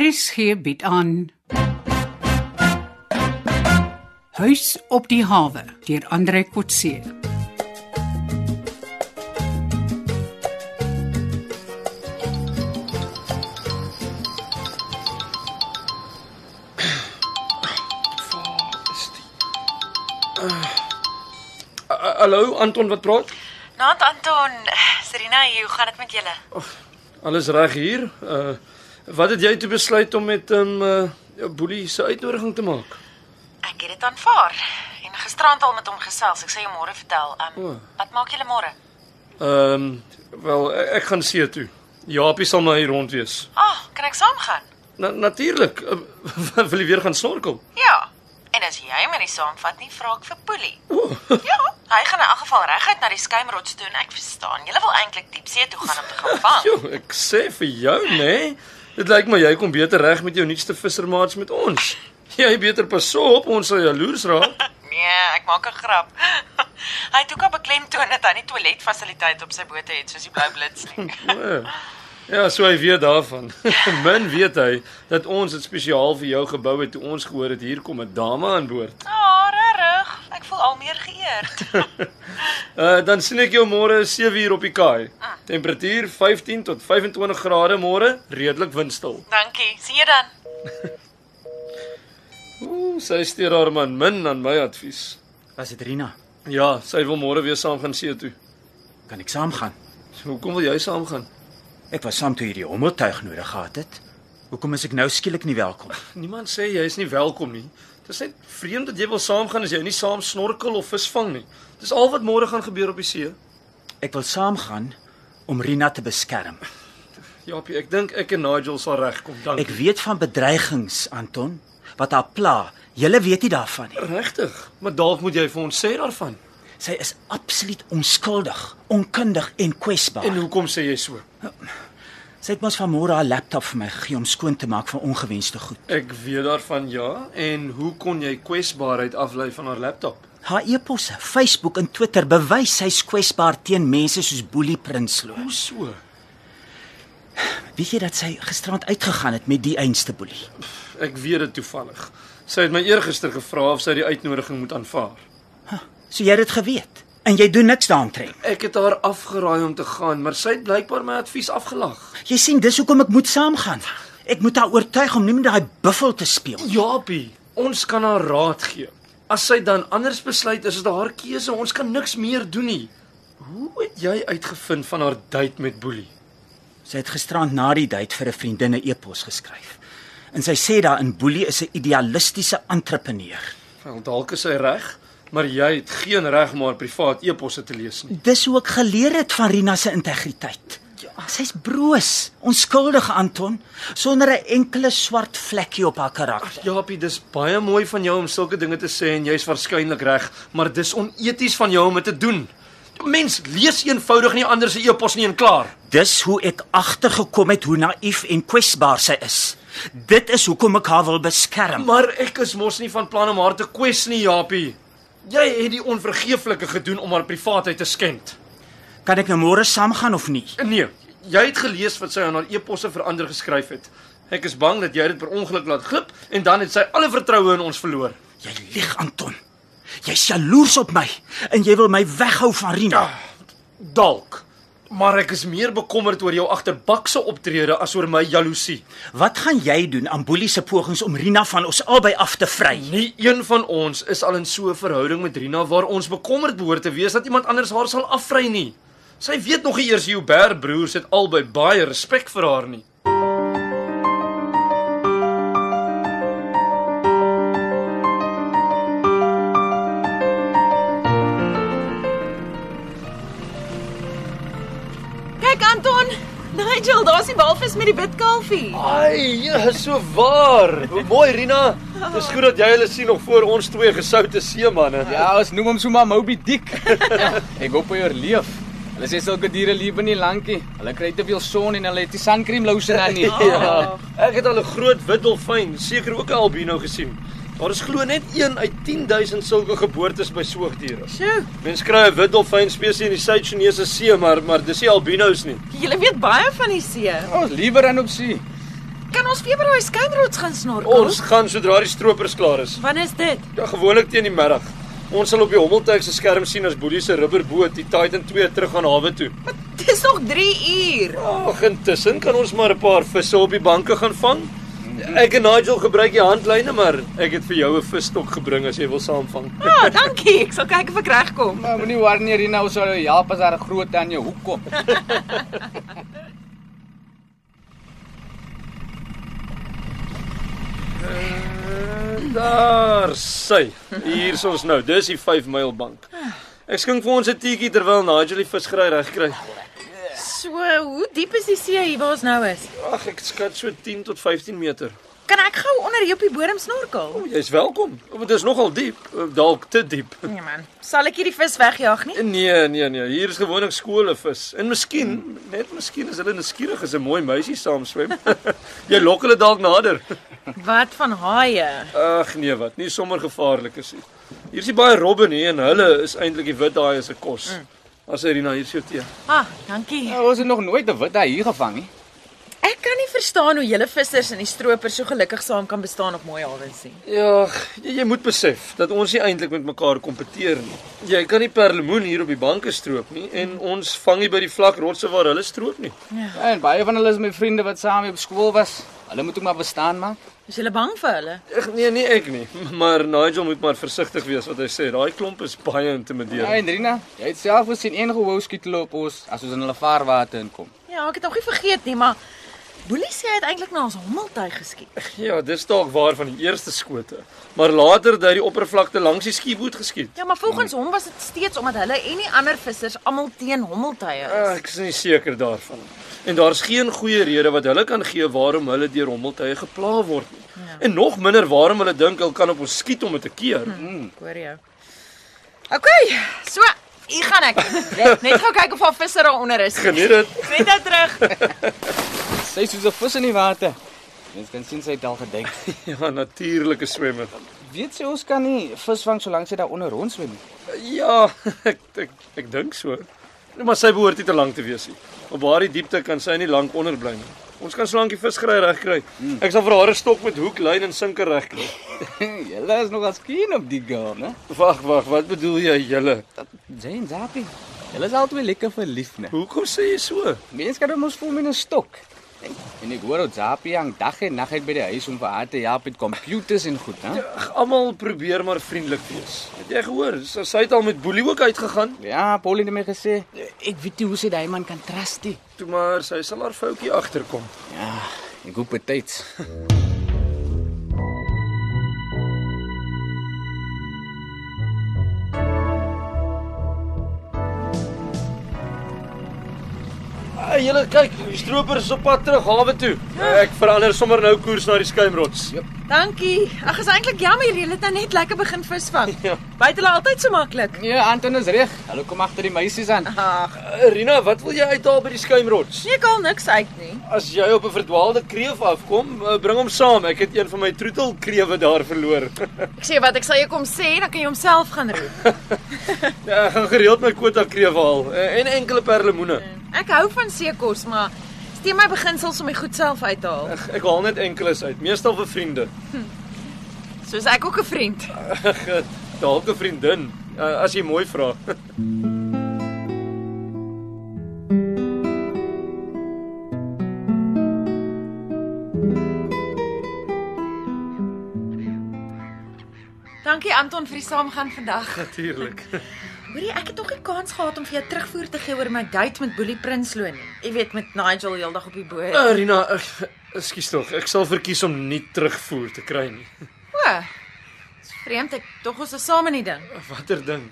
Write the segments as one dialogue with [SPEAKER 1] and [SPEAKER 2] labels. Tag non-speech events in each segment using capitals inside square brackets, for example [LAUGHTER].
[SPEAKER 1] RSG bied aan Huis op die hawe deur Andre Kotse.
[SPEAKER 2] Waar is die? Ah. A- a- Hallo Anton wat praat?
[SPEAKER 3] Naand Anton, Serena hier, hoe gaan dit met julle?
[SPEAKER 2] Alles reg hier? Uh wat het jy toe besluit om met ehm um, uh Boelie se uitnodiging te maak?
[SPEAKER 3] Ek het dit aanvaar en gisterand al met hom gesels. Ek sê jou môre vertel. Um,
[SPEAKER 2] O.
[SPEAKER 3] Wat maak julle môre?
[SPEAKER 2] Ehm um, wel e- ek gaan see toe. Japie sal maar hier rond wees.
[SPEAKER 3] Ah, oh, kan ek saamgaan?
[SPEAKER 2] Na, Natuurlik. Uh, [LAUGHS] wil jy weer gaan snorkel?
[SPEAKER 3] Ja. En as jy my nie saamvat nie, vra ek vir Poelie.
[SPEAKER 2] O, [LAUGHS]
[SPEAKER 3] Ja, hy gaan in elk geval reguit na die skuimrots toe en ek verstaan. Julle wil eintlik diepsee toe gaan om te gaan
[SPEAKER 2] [LAUGHS]
[SPEAKER 3] vang.
[SPEAKER 2] jo, ek sê vir jou nê. Nee. Dit lyk my jy kom beter reg met jou nuutste vissermaats met ons. Jy beter pas op, ons sal jaloers raak.
[SPEAKER 3] Nee, ek maak 'n grap. [LAUGHS] hy het ook al beklemtoon dat hy nie toiletfasiliteite op sy boot het soos die blou blits nie.
[SPEAKER 2] [LAUGHS] O, Ja, so hy weet daarvan. [LAUGHS] Min weet hy dat ons dit spesiaal vir jou gebou het toe ons gehoor het hier kom 'n dame aan boord.
[SPEAKER 3] Ah, oh, regtig. Ek voel al meer geëerd.
[SPEAKER 2] Uh dan sien ek jou môre 7uur op die kaai. Temperatuur 15 tot 25 grade môre, redelik windstil.
[SPEAKER 3] Dankie. Sien jy dan.
[SPEAKER 2] Ooh, sy steur haar man min aan my advies.
[SPEAKER 4] Was dit Rina?
[SPEAKER 2] Ja, sy wil môre weer saam gaan see toe.
[SPEAKER 4] Kan ek saamgaan?
[SPEAKER 2] Hoekom wil jy saam gaan?
[SPEAKER 4] Ek was saam toe hierdie hommeltuig nodig gehad het. Hoekom is ek nou skielik nie welkom?
[SPEAKER 2] Niemand sê jy is nie welkom nie. Dit is net vreemd dat jy wil saamgaan as jy nie saam snorkel of visvang nie. Dis al wat môre gaan gebeur op die see.
[SPEAKER 4] Ek wil saamgaan om Rina te beskerm.
[SPEAKER 2] Japie, Ja, ek dink ek en Nigel sal regkom. Dankie.
[SPEAKER 4] Ek weet van bedreigings, Anton, wat haar pla. Julle weet nie daarvan nie.
[SPEAKER 2] Regtig? Maar dalk moet jy vir ons sê daarvan.
[SPEAKER 4] Sy is absoluut onskuldig, onkundig en kwesbaar.
[SPEAKER 2] En hoekom sê jy so?
[SPEAKER 4] Sy het mos vanmôre haar laptop vir my gegee om skoon te maak van ongewenste goed.
[SPEAKER 2] Ek weet daarvan ja, en hoe kon jy kwesbaarheid aflei van haar laptop?
[SPEAKER 4] Haar e-posse, Facebook en Twitter bewys sy's kwesbaar teen mense soos Boelie Prinsloo.
[SPEAKER 2] Hoe so?
[SPEAKER 4] Weet jy dat sy gisterand uitgegaan het met die einste Boelie?
[SPEAKER 2] Ek weet dit toevallig. Sy het my eergister gevra of sy die uitnodiging moet aanvaar.
[SPEAKER 4] So jy het dit geweet en jy doen niks daaroor.
[SPEAKER 2] Ek het haar afgeraai om te gaan, maar sy het blykbaar my advies afgelag.
[SPEAKER 4] Jy sien dis hoekom ek moet saamgaan. Ek moet haar oortuig om nie met daai buffel te speel nie.
[SPEAKER 2] Japie, ons kan haar raad gee. As sy dan anders besluit, is dit haar keuse. Ons kan niks meer doen nie. Hoe het jy uitgevind van haar date met Boelie?
[SPEAKER 4] Sy het gisterand na die date vir 'n vriendin 'n e-pos geskryf. En sy sê daarin Boelie is 'n idealistiese entrepreneur.
[SPEAKER 2] Wel, dalk is hy reg, maar jy het geen reg om haar privaat e-posse te lees nie.
[SPEAKER 4] Dis hoe ek geleer het van Rina se integriteit. Ja, Sy's broos, onskuldig Anton, sonder 'n enkele swart vlekkie op haar karakter.
[SPEAKER 2] Japie, dis baie mooi van jou om sulke dinge te sê en jy's waarskynlik reg, maar dis oneties van jou om dit te doen. Mens lees eenvoudig nie ander se e-pos nie en klaar.
[SPEAKER 4] Dis hoe ek agtergekom het hoe naïef en kwesbaar sy is. Dit is hoekom ek haar wil beskerm.
[SPEAKER 2] Maar ek is mos nie van plan om haar te kwes nie, Japie. Jy het die onvergeeflike gedoen om haar privaatheid te skend.
[SPEAKER 4] Kan ek nou môre saamgaan of nie?
[SPEAKER 2] Nee, jy het gelees wat sy aan haar e-posse vir ander geskryf het. Ek is bang dat jy dit per ongeluk laat glip en dan het sy alle vertroue in ons verloor.
[SPEAKER 4] Jy lieg, Anton. Jy's jaloers op my en jy wil my weghou van Rina.
[SPEAKER 2] Dalk. Maar ek is meer bekommerd oor jou agterbakse optrede as oor my jaloesie.
[SPEAKER 4] Wat gaan jy doen aan Boelie se pogings om Rina van ons albei af te vry?
[SPEAKER 2] Nie een van ons is al in so 'n verhouding met Rina waar ons bekommerd behoort te wees dat iemand anders haar sal afvry nie. Sy weet nog nie eers Huber broers het albei baie respek vir haar nie.
[SPEAKER 3] Kyk Anton, Nigel, daar's die walvis met die witkalfie.
[SPEAKER 2] Ai, ja, so waar. Hoe mooi Rina. Dis goed dat jy hulle sien nog voor ons twee gesoute seemanne.
[SPEAKER 5] Ja, ons noem hom sommer Moby Dick. [LAUGHS] ja, ek hoop hy oorleef. Hulle sê sulke diere lewe nie lankie. Hulle kry te veel son en hulle het nie sankrem lotion aan [LAUGHS] nie.
[SPEAKER 2] [LAUGHS] Ja. Ek het al 'n groot wit dolfyn, seker ook 'n albino gesien. Daar is glo net 1 uit 10000 sulke geboortes by soogdiere.
[SPEAKER 3] Sjoe,
[SPEAKER 2] Mense kry 'n wit dolfyn spesies in die Suid-Chinese See, maar maar dis nie albinos nie.
[SPEAKER 3] jy weet baie van die see.
[SPEAKER 5] Ons liewer aan op see.
[SPEAKER 6] Kan ons weer by daai skynrots gaan snorkel?
[SPEAKER 2] Ons gaan sodra die stroopers klaar is.
[SPEAKER 6] Wanneer is dit?
[SPEAKER 2] Ja, gewoonlik teen die middag. Ons sal op die Hommeltuig se skerm sien as Boelie se rubberboot die Titan 2 terug aan hawe toe.
[SPEAKER 6] Dis nog 3 uur.
[SPEAKER 2] Ag, intussen kan ons maar 'n paar visse op die banke gaan vang. Ek en Nigel gebruik die handlyne, maar ek het vir jou 'n visstok gebring as jy wil saamvang.
[SPEAKER 6] Ja, ah, dankie. Ek sal kyk of ek regkom.
[SPEAKER 5] Maar moenie worry nie, Rina, ons sal jou help as daar 'n groot aan jou hoek kom.
[SPEAKER 2] Daar sy. Hier's ons nou. Dis die 5 myl bank. Ek skink vir ons 'n teetjie terwyl Nigel die visgry regkry.
[SPEAKER 6] So, hoe diep is die see hier waar ons nou is?
[SPEAKER 2] Ag, ek skat so 10 tot 15 meter.
[SPEAKER 6] Kan ek gou onder hier op die bodem snorkel?
[SPEAKER 2] Jy's welkom. Dit is nogal diep, dalk te diep.
[SPEAKER 6] Nee man, sal ek hierdie vis wegjaag nie?
[SPEAKER 2] Nee, nee, nee. Hier is gewoonlik skole vis. En miskien, net miskien is hulle nuuskierig as 'n mooi meisie saam swem. [LAUGHS] Jy lok hulle dalk nader.
[SPEAKER 6] Wat van haie?
[SPEAKER 2] Ag nee, wat? Nie sommer gevaarlik is nie. Hier's die baie robben hier en hulle is eintlik die wit daai as 'n kos. As Irina hier sou tee.
[SPEAKER 6] Ah, dankie.
[SPEAKER 5] Ja, ons het nog nooit 'n wit haai hier gevang nie.
[SPEAKER 6] Ek kan nie verstaan hoe julle vissers en die stroopers so gelukkig saam kan bestaan op mooi hawens nie.
[SPEAKER 2] Ja, jy, jy moet besef dat ons nie eintlik met mekaar kompeteer nie. Jy kan nie perlemoen hier op die banke stroop nie en ons vang nie by die vlak rotse waar hulle stroop nie.
[SPEAKER 5] Ja, en baie van hulle is my vriende wat saam op skool was. Hulle moet ook maar bestaan maak.
[SPEAKER 6] Is julle bang vir hulle?
[SPEAKER 2] Ag nee, nie ek nie, [LAUGHS] maar Nigel moet maar versigtig wees wat hy sê. Daai klomp is baie
[SPEAKER 5] Ja,
[SPEAKER 2] intimiderend.
[SPEAKER 5] en Rina, jy het self gesien een gehou skiet loop ons as ons in hulle vaarwater inkom.
[SPEAKER 6] Ja, ek het nog nie vergeet nie, maar Boelie sê hy het eintlik na ons hommeltuig geskiet.
[SPEAKER 2] Ja, dis dalk waar van die eerste skote, maar later dat die oppervlakte langs die skieboot geskiet.
[SPEAKER 6] Ja, maar volgens hom was dit steeds omdat hulle en die ander vissers almal teen hommeltuie
[SPEAKER 2] Ah,
[SPEAKER 6] is.
[SPEAKER 2] Ek is nie seker daarvan. En daar's geen goeie rede wat hulle kan gee waarom hulle deur hommeltuie gepla word nie. Ja. En nog minder waarom hulle dink hulle kan op ons skiet om dit te keer. Hmm.
[SPEAKER 6] Ek hoor jou. OK, so hier gaan ek. Net, net gou kyk of haar visser daaronder is.
[SPEAKER 2] Geniet dit.
[SPEAKER 6] Net nou terug.
[SPEAKER 5] Sy is soos 'n vis in die water. Mens kan sien sy het al gedink.
[SPEAKER 2] Ja, natuurlike swemmer.
[SPEAKER 5] Weet sy ons kan nie vis vang solank sy daar onder rond swem nie.
[SPEAKER 2] Ja, [LAUGHS] ek ek, ek dink so. Nee, Maar sy behoort nie te lank te wees nie. Op haar diepte kan sy nie lank onder bly nie. Ons kan solank die visgry regkry. Ek sal vir haar 'n stok met hoek, lyn en sinker regkry.
[SPEAKER 5] [LAUGHS] Julle is nogal skien op die girl, né?
[SPEAKER 2] Wag, wag, wat bedoel jy, julle?
[SPEAKER 5] Jane Zappie. Julle is altyd lekker verlief, né?
[SPEAKER 2] Hoekom sê jy so?
[SPEAKER 5] Mense kan hom ons voel met 'n stok. En ek hoor dat Zappie hang dag en nag uit by die huis om vir haar te help met komputers en goed, hè?
[SPEAKER 2] Ag, almal probeer maar vriendelik wees. Het jy gehoor? Sy sy het al met Boelie ook uitgegaan.
[SPEAKER 5] Ja, Pauline het my gesê, ek weet nie hoe sy daai man kan trust nie.
[SPEAKER 2] Toe maar sy sal haar foutjie agterkom.
[SPEAKER 5] Ja, ek hoop betyds.
[SPEAKER 2] Hey, julle kyk, die stroopers is op pad terug hawe toe. Ek verander sommer nou koers na die skuimrots.
[SPEAKER 6] Dankie. Ag, is eintlik jammer julle het nou net lekker begin visvang.
[SPEAKER 2] Ja.
[SPEAKER 6] Byt hulle altyd so maklik.
[SPEAKER 5] [LAUGHS] Ja, Anton is reg. Hulle kom agter die meisies aan.
[SPEAKER 6] Ag,
[SPEAKER 2] Uh, Rina, wat wil jy uithaal by die skuimrots?
[SPEAKER 6] nie al niks uit nie.
[SPEAKER 2] As jy op 'n verdwaalde kreef afkom, eh, bring hom saam. Ek het een van my troetelkrewe daar verloor. [LAUGHS]
[SPEAKER 6] Ek sê wat, ek sal jou kom sê, dan kan jy homself gaan roep.
[SPEAKER 2] Ja, ek gaan gereeld my quota krewe haal eh, en enkele perlemoene.
[SPEAKER 6] Ek hou van seekos, maar steem my beginsels om my goed self uit te haal.
[SPEAKER 2] Ek, ek haal net enkeles uit, meestal vir vriende.
[SPEAKER 6] Soos ek ook 'n vriend.
[SPEAKER 2] Ge- Dalk 'n vriendin, eh, as jy mooi [LAUGHS] vra.
[SPEAKER 6] Dankie Anton vir die saamgaan vandag.
[SPEAKER 2] Natuurlik.
[SPEAKER 6] Hoorie, ek het tog nie kans gehad om vir jou terugvoer te gee oor my date met Boelie Prinsloo nie. Jy weet met Nigel heeldag op die boot.
[SPEAKER 2] Uh, Rina, ek- ekskuus tog. Ek sal verkies om nie terugvoer te kry nie.
[SPEAKER 6] O. Dis vreemd ek tog ons is saam in die ding.
[SPEAKER 2] Watter ding?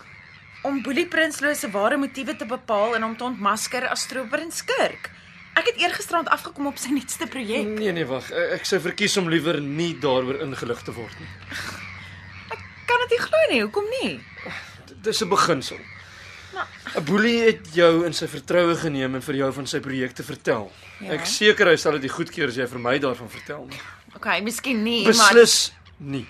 [SPEAKER 6] Om Boelie Prinsloo se ware motiewe te bepaal en hom te ontmasker as stroper en skurk. Ek het eergisteraand afgekom op sy nuutste projek.
[SPEAKER 2] Nee nee, wag. Ek ek sou verkies om liewer nie daaroor ingelig te word nie.
[SPEAKER 6] Kan dit nie glo nie, hoekom nie?
[SPEAKER 2] D- Dis 'n beginsel. 'n Boelie het jou in sy vertroue geneem en vir jou van sy projekte vertel.
[SPEAKER 6] Ja.
[SPEAKER 2] Ek seker hy sal dit nie goedkeur as jy vir my daarvan vertel nie.
[SPEAKER 6] Okay, miskien nie, Nee, maar
[SPEAKER 2] Beslis nie.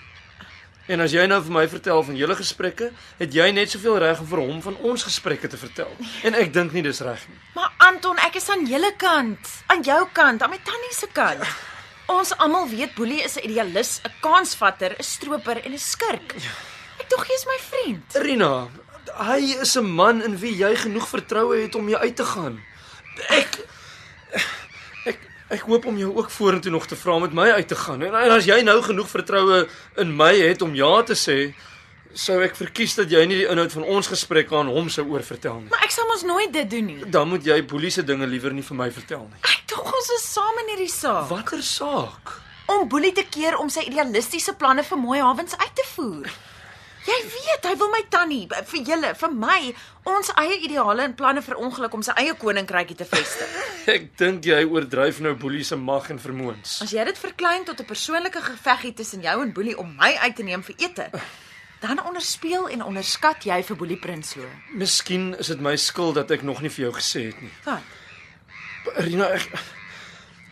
[SPEAKER 2] En as jy nou vir my vertel van julle gesprekke, het jy net soveel reg om vir hom van ons gesprekke te vertel. En ek dink nie dis reg nie.
[SPEAKER 6] Maar Anton, ek is aan julle kant, aan jou kant, aan my tannie se kant. Ons almal weet Boelie is 'n idealis, 'n kansvatter, 'n stroper en 'n skurk. Ek tog hy is my vriend.
[SPEAKER 2] Rina, hy is 'n man in wie jy genoeg vertroue het om jou uit te gaan. Ek ek ek hoop om jou ook vorentoe nog te vra om met my uit te gaan. En, en as jy nou genoeg vertroue in my het om ja te sê, sou ek verkies dat jy nie die inhoud van ons gesprek aan hom sou oorvertel nie.
[SPEAKER 6] Maar ek sal mos nooit dit doen nie.
[SPEAKER 2] Dan moet jy polisie dinge liewer nie vir my vertel nie.
[SPEAKER 6] Ek tog ons is saam in hierdie saak.
[SPEAKER 2] Watter saak?
[SPEAKER 6] om Boelie te keer om sy idealistiese planne vir Mooi Hawens uit te voer. Jy weet, hy wil my tannie, b- vir julle, vir my, ons eie ideale en planne vir ongeluk om sy eie koninkrykie te vestig.
[SPEAKER 2] Ek dink jy oordryf nou Boelie se mag en vermoëns.
[SPEAKER 6] As jy dit verklein tot 'n persoonlike geveggie tussen jou en Boelie om my uit te neem vir ete, dan onderspeel en onderskat jy vir Boelie Prinsloo.
[SPEAKER 2] Miskien is dit my skuld dat ek nog nie vir jou gesê het nie.
[SPEAKER 6] Wat?
[SPEAKER 2] Rina, ek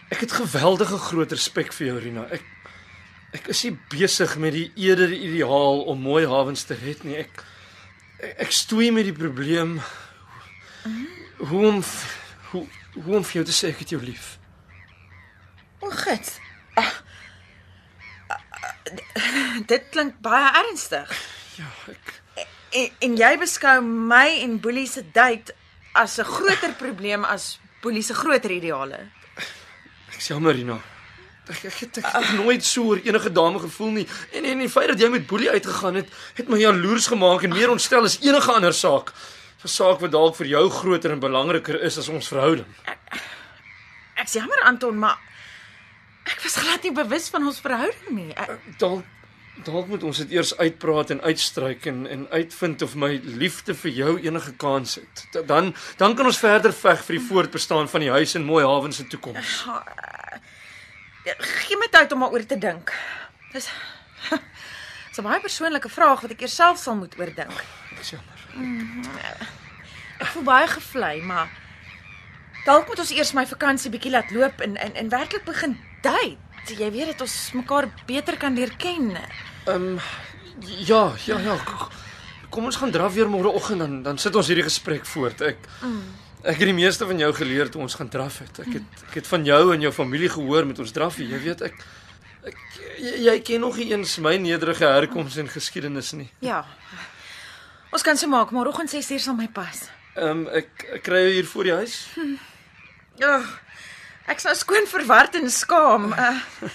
[SPEAKER 2] ek het geweldige groot respek vir jou, Rina. Ek ek is nie besig met die eerder ideaal om mooi hawens te red nie. Ek ek, ek stoei met die probleem hoe om f- hoe hoe om vir jou te sê ek het jou lief.
[SPEAKER 6] O, gits. ah, Dit klink baie ernstig.
[SPEAKER 2] Ja, ek
[SPEAKER 6] En, en jy beskou my en Boelie se date as 'n groter probleem as Boelie se groter ideale.
[SPEAKER 2] ek is jammer, Rina. Ek ek het, ek het nooit so oor enige dame gevoel nie. En en die feit dat jy met Boelie uitgegaan het, het my jaloers gemaak en meer ontstel as enige ander saak. 'n Saak wat dalk vir jou groter en belangriker is as ons verhouding.
[SPEAKER 6] Ek's jammer Anton, maar ek was glad nie bewus van ons verhouding nie. Ek,
[SPEAKER 2] Dalk dalk moet ons dit eers uitpraat en uitstryk en en uitvind of my liefde vir jou enige kans het. Da- Dan dan kan ons verder veg vir die voortbestaan van die huis en mooi hawens se toekoms.
[SPEAKER 6] gee Ja, my tyd om daaroor te dink. Dis [LAUGHS] dis 'n baie persoonlike vraag wat ek eers self sal moet oordink. Mm,
[SPEAKER 2] Ek is jammer.
[SPEAKER 6] Ek voel baie gevlei, maar dalk moet ons eers my vakansie bietjie laat loop en en, en werklik begin date. Jy weet dat ons mekaar beter kan leer ken.
[SPEAKER 2] Ja, ja, ja. k- Kom ons gaan draf weer môreoggend dan dan sit ons hierdie gesprek voort. Ek ek het die meeste van jou geleer toe ons gaan draf het. Ek het ek het van jou en jou familie gehoor met ons draf. Jy weet ek ek jy, jy ken nog nie eens my nederige herkoms en geskiedenis nie.
[SPEAKER 6] Ja. Ons kan so maak, môreoggend 6uur sal my pas.
[SPEAKER 2] Ehm um, ek, ek kry jou hier voor die huis.
[SPEAKER 6] Ag. Ek's nou skoon verward en skaam. Uh,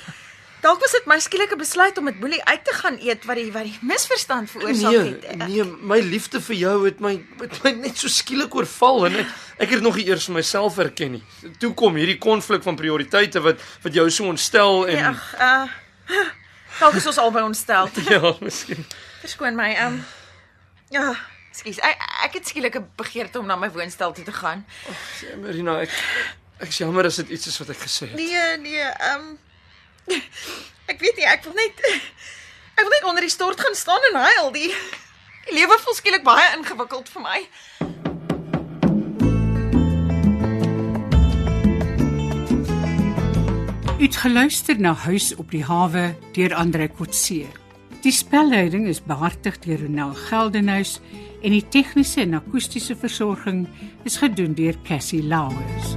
[SPEAKER 6] dalk was dit my skielike besluit om met Boelie uit te gaan eet wat die wat die misverstand veroorsaak het.
[SPEAKER 2] Nee, nee, my liefde vir jou het my het my net so skielik oorval en ek ek het nog nie eers myself herken nie. Toe kom hierdie konflik van prioriteite wat wat jou so ontstel en
[SPEAKER 6] Nee,
[SPEAKER 2] ja,
[SPEAKER 6] Ag, uh dalk is ons albei ontstel.
[SPEAKER 2] [LAUGHS] ja miskien.
[SPEAKER 6] Verskoon my. Um ja, ekskuus. Ek ek het skielike begeerte om na my woonstel toe te gaan.
[SPEAKER 2] Marina, ek ek's jammer as dit iets is wat ek gesê het.
[SPEAKER 6] Nee, nee, um ek weet nie, ek wil net ek wil net onder die stort gaan staan en huil. Die, die lewe voel skielik baie ingewikkeld vir my.
[SPEAKER 1] U het geluister na Huis op die hawe deur Andre Kotse. Die spelleiding is behartig deur Ronald Geldenhuys en die tegniese en akoestiese versorging is gedoen deur Cassie Lauers.